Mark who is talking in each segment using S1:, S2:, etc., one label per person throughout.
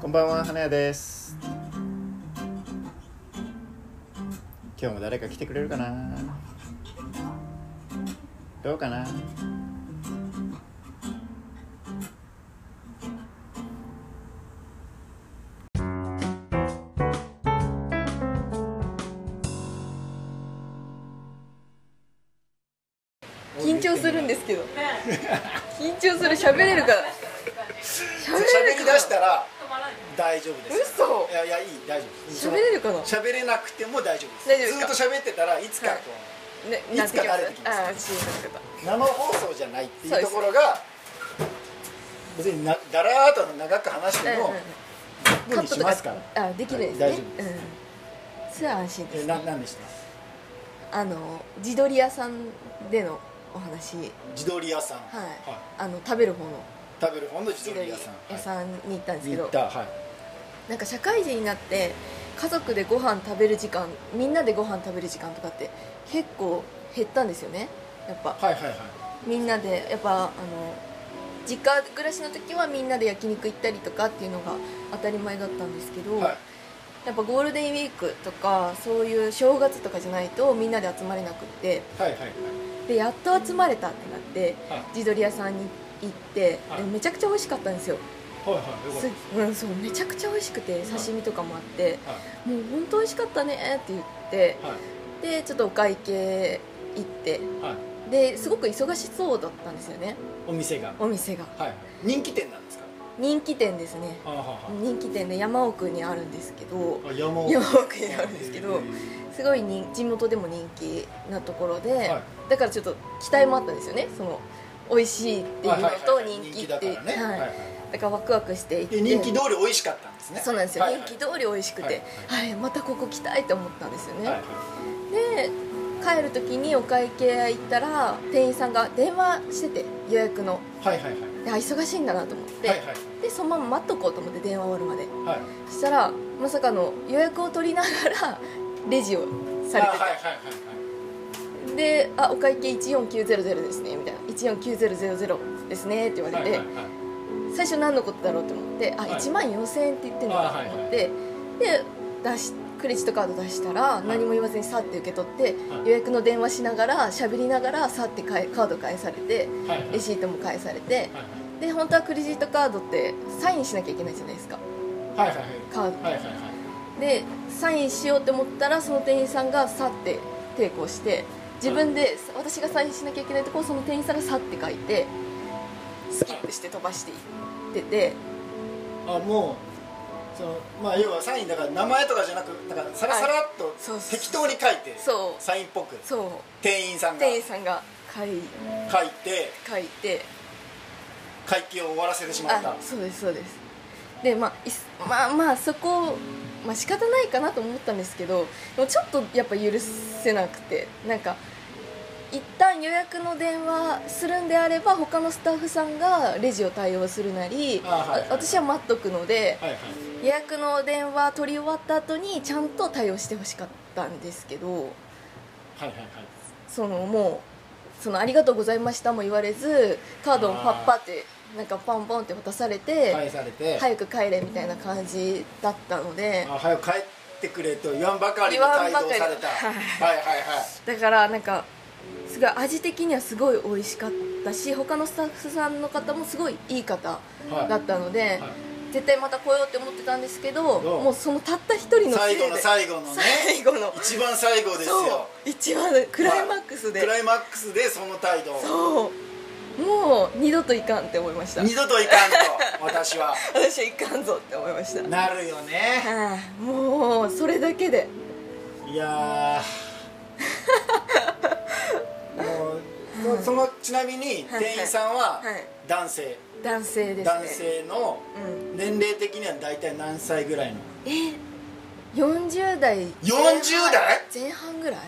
S1: こんばんは、花屋です。今日も誰か来てくれるかな。どうかな。
S2: 緊張するんですけど緊張する喋れるか喋れ
S3: 喋
S2: る
S3: り
S2: かな
S3: 出したら大丈夫です
S2: 嘘
S3: いやいやいい大丈夫です
S2: 喋れるかな
S3: 喋れなくても大丈夫です
S2: 大丈夫ですか
S3: ずっと喋ってたらいつかこ
S2: ね
S3: いつか慣れてきます
S2: ああー知りま
S3: う、生放送じゃないっていうところが別になだらーっと長く話しても
S2: うん、
S3: 分にしますから
S2: あーできないですね
S3: 大丈夫です
S2: うん、それは安心で
S3: え
S2: す
S3: な何でした
S2: あの自撮り屋さんでのお話はい、
S3: 自撮り屋さん、い
S2: あの食べる方の
S3: 食べる方の自
S2: 自
S3: 撮
S2: 撮
S3: り
S2: り
S3: 屋さん
S2: 屋さんに行ったんです
S3: はい行
S2: けど、
S3: ったはい
S2: なんか社会人になって家族でご飯食べる時間みんなでご飯食べる時間とかって結構減ったんですよねやっぱ
S3: はいはいはい
S2: みんなでやっぱあの実家暮らしの時はみんなで焼肉行ったりとかっていうのが当たり前だったんですけど、
S3: はい
S2: やっぱゴールデンウィークとかそういう正月とかじゃないとみんなで集まれなくって
S3: はいはいはい
S2: でやっと集まれたってなって
S3: はい
S2: 地鶏屋さんに行って、
S3: はい
S2: でめちゃくちゃ美味しかったんですよ
S3: はいはいよかった
S2: すうん、そうめちゃくちゃ美味しくて刺身とかもあって、
S3: は
S2: もう本当美味しかったねって言って
S3: い
S2: でちょっとお会計行って
S3: はいはい
S2: ですごく忙しそうだったんですよね
S3: お店が
S2: お店が
S3: はい人気店なんですか
S2: 人気店ですね
S3: あーは
S2: 人気店で山奥にあるんですけど
S3: いはいあ山
S2: 山奥にあるんですけど
S3: え
S2: すごい人地元でも人気なところで、
S3: はい
S2: だからちょっと期待もあったんですよねその美味しいっていうのと人気って
S3: はいはいはい人気だからね
S2: は
S3: はいいはい
S2: だからワクワクして行って
S3: で人気通り美味しかったんですね
S2: そうなんですよ、
S3: はいはい
S2: 人気通り美味しくて、は
S3: はいい
S2: またここ来たいと思ったんですよね、
S3: はいはい
S2: で帰る時にお会計行ったら店員さんが電話してて予約の
S3: はいはいはい
S2: であ忙しいんだなと思って、
S3: はいはい
S2: でそのまま待っとこうと思って電話終わるまで
S3: はい
S2: そしたらまさかの予約を取りながら レジをされてて、
S3: あはいはい
S2: で「あお会計14900ですね」みたいな「14900ですね」って言
S3: は
S2: わ
S3: いは
S2: れ
S3: い
S2: て、
S3: はいはいはい
S2: 最初何のことだろうと思って「あ
S3: はい
S2: 1万4000円って言ってるのか」と思って、で出しクレジットカード出したら何も言わずにさって受け取って、
S3: はい
S2: 予約の電話しながら喋りながらさってかえカード返されて
S3: はいはい
S2: レシートも返されて
S3: はい
S2: で本当はクレジットカードってサインしなきゃいけないじゃないですか
S3: はいはい
S2: カード
S3: はいはいはいはい
S2: でサインしようと思ったらその店員さんが去って抵抗して自分で私がサインしなきゃいけないところをその店員さんが去って書いてスキップして飛ばしていってて
S3: あもうそのまあ要はサインだから名前とかじゃなくなんかサラサラっと
S2: そうそう
S3: 適当に書いて
S2: そう
S3: サインっぽく
S2: そ
S3: 店員さ
S2: うん
S3: が
S2: 店員
S3: 書
S2: さんが書い
S3: いて
S2: 書いて
S3: 会計を終わらせてしまった
S2: あそうですそうですでまあいすまあまあそこまあ仕方ないかなと思ったんですけどでもちょっとやっぱ許せなくてなんか一旦予約の電話するんであれば他のスタッフさんがレジを対応するなり
S3: あはいはい
S2: あ私は待っとくので
S3: はいはい
S2: 予約の電話取り終わった後にちゃんと対応してほしかったんですけど
S3: はいはいはい
S2: そのもうその「ありがとうございました」も言われずカードをパッパってなんかポンポンって渡されて、
S3: 返されて
S2: 早く帰れみたいな感じだったので
S3: あ早く帰ってくれと言わんばかりの態度をされた
S2: 言わんばかり
S3: はいはいはい
S2: だからなんかすごい味的にはすごい美味しかったし他のスタッフさんの方もすごいいい方だったので、
S3: はい
S2: 絶対また来ようって思ってたんですけど
S3: どう
S2: もうそのたった一人のせ
S3: 最
S2: い
S3: 後
S2: で
S3: の最後のね
S2: 最後の
S3: 一番最後ですよ
S2: そう一番クライマックスで、
S3: クライマックスでその態度
S2: そうもう二度といかんって思いました
S3: 二度といかんと私は
S2: 私はいかんぞって思いました
S3: なるよね
S2: はあもうそれだけで
S3: いやーもうそそのちなみに
S2: はい
S3: 店員さんは
S2: はい
S3: 男性
S2: 男性ですね
S3: 男性の
S2: うん
S3: 年齢的には大体何歳ぐらいの
S2: え40代
S3: 40代
S2: 前半ぐらい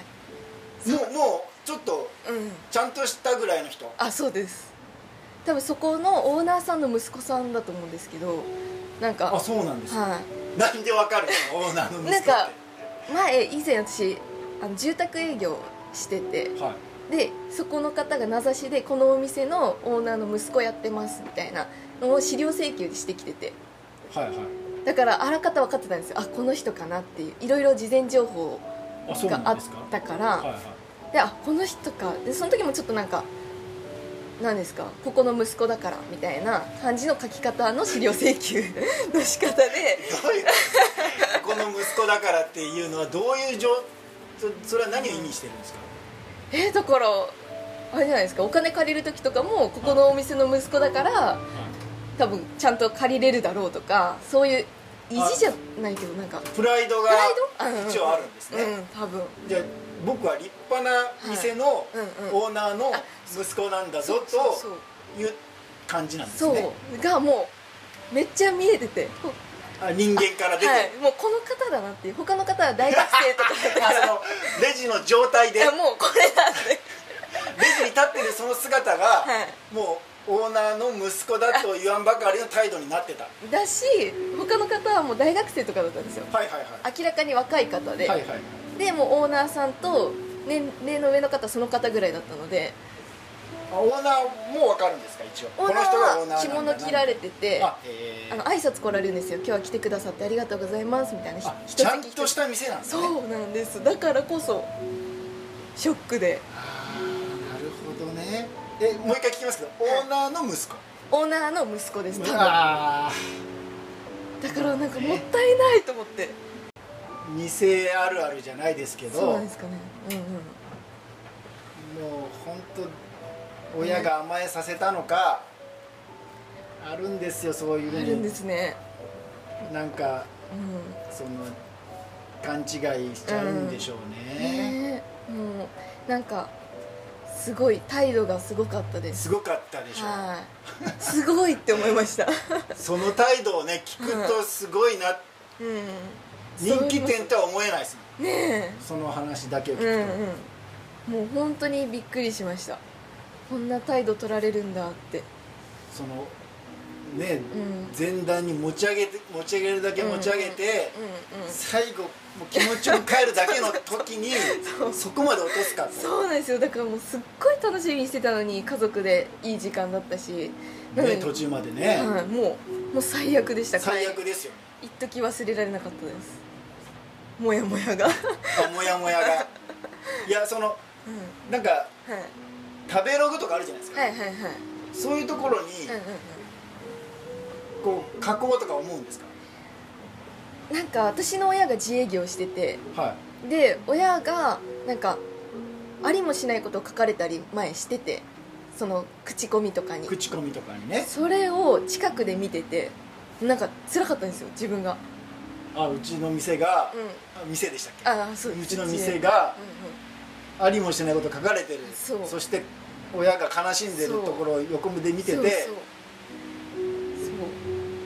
S3: もうもうちょっと
S2: うん
S3: ちゃんとしたぐらいの人
S2: あそうです多分そこのオーナーさんの息子さんだと思うんですけどなんか
S3: あそうなんですよ
S2: は
S3: なんでわかるのオーナーの息子
S2: いな
S3: っ
S2: ん
S3: て
S2: か前以前私あの住宅営業してて
S3: はい
S2: でそこの方が名指しでこのお店のオーナーの息子やってますみたいなのを資料請求してきてて
S3: はいはい
S2: だからあらかた分かってたんですよあこの人かなっていういろいろ事前情報
S3: あそう
S2: が
S3: なん
S2: あっ
S3: ですか
S2: たから、
S3: はいはい
S2: であこの人かでその時もちょっとなんか何ですかここの息子だからみたいな感じの書き方の資料請 求の仕方で
S3: どういうこの息子だからっていうのはどういう状そそれは何を意味してるんですか
S2: えだからあれじゃないですかお金借りる時とかもここのお店の息子だから多分ちゃんと借りれるだろうとかそういう意地じゃないけどなんか
S3: プライド
S2: プ
S3: が
S2: ライドうん
S3: 一応あるんですね、
S2: うん多分
S3: じゃあ僕は立派な店の
S2: うんうん
S3: オーナーの息子なんだぞ
S2: そうそう
S3: という感じなんです
S2: そう
S3: ね
S2: そうがもうめっちゃ見えててこ
S3: あ人間から出て、
S2: はい、もうこの方だなっていう他の方は大学生とかだっ た
S3: あそ
S2: から
S3: のレジの状態
S2: い
S3: でレ
S2: やもうこれなんで
S3: ジに立ってるその姿が、
S2: は
S3: もうオーナーの息子だと言わんばかりの態度になってたはい
S2: いだし他の方はもう大学生とかだったんですよ
S3: はいは
S2: 明らかに若い方で、
S3: いはいはい
S2: でもうオーナーさんと年齢の上の方その方ぐらいだったので
S3: あオーナーもわかるんですか一応
S2: オー
S3: こ
S2: ナ
S3: の人がオー
S2: ー
S3: ナー
S2: は
S3: なん
S2: 着
S3: だ
S2: 物着られてて
S3: あへー
S2: あの挨拶来られるんですよ今日は来てくださってありがとうございますみたいな
S3: あ
S2: 一
S3: ち
S2: 席
S3: ゃんとした店なんですね
S2: そうなんですだからこそショックで
S3: あーなるほどねえもう一回聞きますけどオーナーの息子
S2: オーナーの息子です多分だ
S3: ああ
S2: からなんかもったいないと思って
S3: 店あるあるじゃないですけど
S2: そう
S3: も
S2: なん
S3: う
S2: ですかねうんうん
S3: 本当親が甘えさせたのか、あるんですよそういうの
S2: あるんですね
S3: なんか
S2: うん
S3: その勘違いしちゃうんでしょうね、
S2: ねえもうなんかすごい態度がすごかったです
S3: すごかったでしょ
S2: はいすごいって思いました
S3: その態度をね聞くとすごいな、
S2: うん
S3: 人気店とは思えないですも
S2: ね
S3: んその話だけを聞
S2: えう
S3: くと、
S2: んうんもう本当にびっくりしましたこんな態度取られるんだって
S3: そのね、
S2: うん
S3: 前段に持ち上げて持ち上げるだけ持ち上げて、
S2: うんうん
S3: 最後もう気持ちよく帰るだけの時にそこまで落とすかと
S2: そうなんですよだからもうすっごい楽しみにしてたのに家族でいい時間だったしなの
S3: ね
S2: に、
S3: 途中までね、
S2: はい、もうもう最悪でした
S3: 最悪ですよね
S2: 一時忘れられなかったですもやもや が
S3: あモヤモヤ がいやその
S2: うん
S3: なんか
S2: はい
S3: 食べログとかあるじゃないですか、
S2: はいはいはい
S3: そういうところに
S2: うんうん
S3: こう書こうとか思うんですか、
S2: うんなんか私の親が自営業してて
S3: はい
S2: で親がなんかありもしないことを書かれたり前しててその口コミとかに
S3: 口コミとかにね
S2: それを近くで見ててなんか辛かったんですよ自分が
S3: あうちの店が、
S2: うん
S3: あ店でしたっけ
S2: ああそう
S3: うちの店が
S2: うんうん
S3: ありもしないこと書かれてる
S2: そう
S3: して親が悲しんでる
S2: そう
S3: ところを横目で見てて
S2: そうそうそう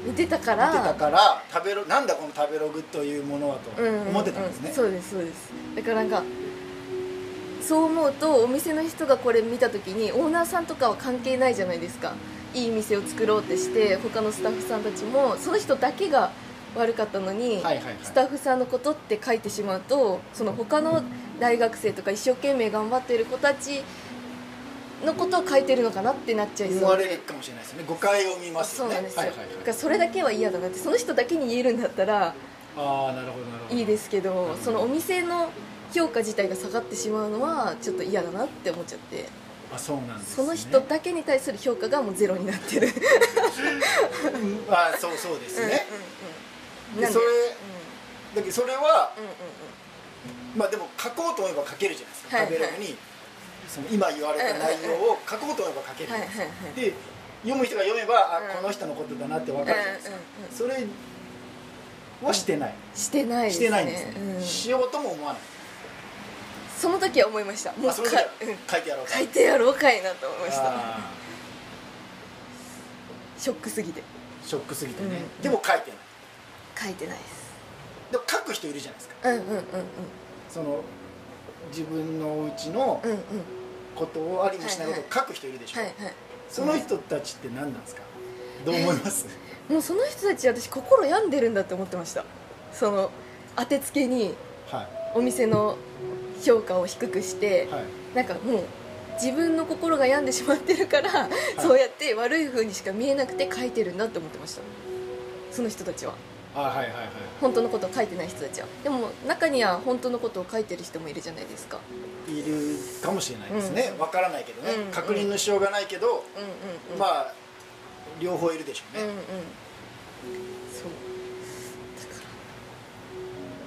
S2: 見てたから
S3: 見てたから食べロなんだこの食べログというものはと
S2: うん
S3: 思ってたんですね、
S2: うそうですそうですだからなんかそう思うとお店の人がこれ見た時にオーナーさんとかは関係ないじゃないですかいい店を作ろうってして他のスタッフさんたちもその人だけが悪かったのに、
S3: はいはいはい
S2: スタッフさんのことって書いてしまうとその他の大学生とか一生懸命頑張ってる子たちのことを書いてるのかなってなっちゃいそう
S3: 思われるかもしれないですよね誤解を見ます
S2: そ
S3: よ
S2: う
S3: ね
S2: なんですよ、
S3: はいはいはい
S2: だからそれだけは嫌だなってその人だけに言えるんだったら
S3: ああなるほどなるほど
S2: いいですけどそのお店の評価自体が下がってしまうのはちょっと嫌だなって思っちゃって
S3: あそうなんです、
S2: そ
S3: ね、
S2: の人だけに対する評価がもうゼロになってる
S3: うんあーそうそうですね、
S2: うんうんうん
S3: で
S2: なんで
S3: それ
S2: うん
S3: だけどそれは
S2: うんうん
S3: まあでも書こうと思えば書けるじゃないですか、
S2: はい
S3: 食べログにその今言われた内容を書こうと思えば書ける
S2: うん
S3: じゃ
S2: はい
S3: な
S2: はい
S3: いですか、で
S2: はい
S3: 読む人が読めば、
S2: うん
S3: あこの人のことだなってわかるじゃないですか、
S2: うんうんうん
S3: それはしてない、
S2: してないです
S3: し
S2: ね
S3: てないんですね、
S2: うん
S3: しようとも思わない
S2: その時は思いましたもう
S3: あそれで
S2: かうん
S3: 書いてやろうと
S2: 書いてやろうかいなと思いました
S3: あ
S2: ショックすぎて
S3: ーショックすぎてね、
S2: うん
S3: でも書いてない
S2: 書いてないです
S3: でも書く人いるじゃないですか
S2: うんうんうんうん
S3: その自分のうちの
S2: うんうん
S3: ことをありもしないことを書く人いるでしょ、
S2: はいはい
S3: その人たちって何なんですかどう思います、
S2: もうその人たち私心病んでるんだって思ってましたその当てつけに
S3: はい
S2: お店の評価を低くして、
S3: はい
S2: なんかもう自分の心が病んでしまってるから、そうやって悪い風にしか見えなくて書いてるんだって思ってましたその人たちは
S3: あはいはいはいはい
S2: 本当のことを書いてない人たちはでも中には本当のことを書いてる人もいるじゃないですか
S3: いるかもしれないですね、
S2: うん
S3: わからないけどね、
S2: うんうん
S3: 確認のしようがないけど、
S2: うんうんうん
S3: まあ両方いるでしょうね、
S2: うんうんそう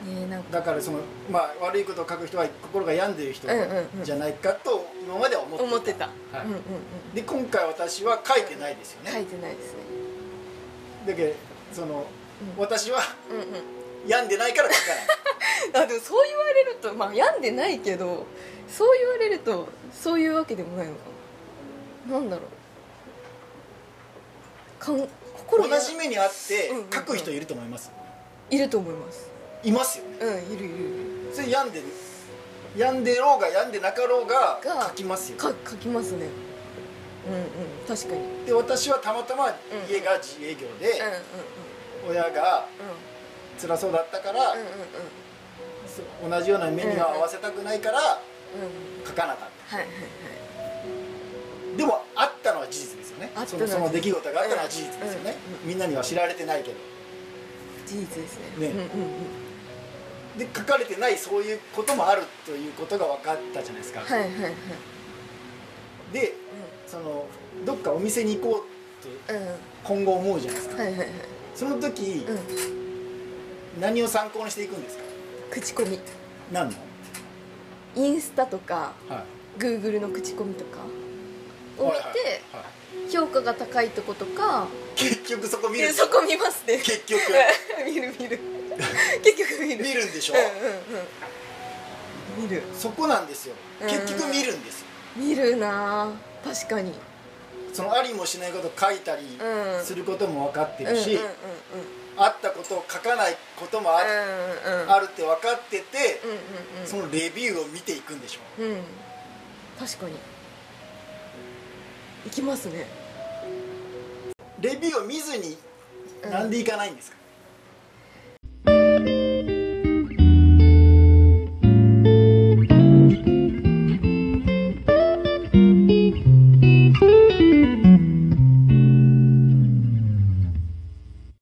S2: だからねえなんか
S3: だからその、まあ、悪いことを書く人は心が病んでる人
S2: うんうんうん
S3: じゃないかと今までは思ってた
S2: 思ってた、
S3: はい
S2: うんうんうん
S3: で今回私は書いてないですよね、
S2: 書いてないですね
S3: だけどその、
S2: うん
S3: 私は
S2: うんうん
S3: 病んでないから書 かない
S2: あでもそう言われるとまあ病んでないけどそう言われるとそういうわけでもないのかななんだろうかん心が
S3: 同じ目にあって
S2: うんうんうん
S3: 書く人いると思います、
S2: いると思います
S3: いますよね
S2: うんいるいる
S3: それ病んでる病んでろうが病んでなかろうが
S2: が
S3: 書きますよ
S2: か書きますねうんうん確かにうん
S3: で私はたまたま
S2: ん
S3: 家が自営業
S2: うんうん
S3: で、親が辛そうだったから、
S2: うんうんうん
S3: そ同じような目には合わせたくないから
S2: うんうん
S3: 書かなかっ
S2: はいはいはい
S3: たでもあったのは事実ですよね
S2: あった
S3: そ
S2: のは
S3: のその出来事があったのは事実ですよね、
S2: うん
S3: みんなには知られてないけど
S2: 事実ですね
S3: ね
S2: うんうんうん
S3: で書かれてないそういうこともあるということが分かったじゃないですか、
S2: はいはいはい
S3: でそのどっかお店に行こうって
S2: うんうん
S3: 今後思うじゃないですか
S2: はいはいはい
S3: その時、
S2: うん
S3: 何を参考にしていくんですか
S2: 口コミ
S3: 何の、
S2: インスタとか
S3: はい、
S2: グーグルの口コミとかを見
S3: はいはい
S2: て
S3: はい
S2: 評価が高いとことか
S3: 結局そこ見
S2: いや
S3: る
S2: そこ見ますね
S3: 結局
S2: 見る見る結局見る
S3: 見るんでしょ、
S2: うんうんうん見る
S3: そこなんですよ
S2: うん
S3: 結局見るんですよ
S2: 見るなあ確かに
S3: そのありもしないこと書いたり
S2: うん
S3: することも分かって
S2: うんうん
S3: る
S2: うん
S3: し、あったことを書かないこともあ,、
S2: うんうん
S3: あるって分かってて
S2: うん、
S3: そのレビューを見ていくんでしょ
S2: うんうんうん確かに行きますね
S3: レビューを見ずに
S2: うん
S3: なんでいかないんですか、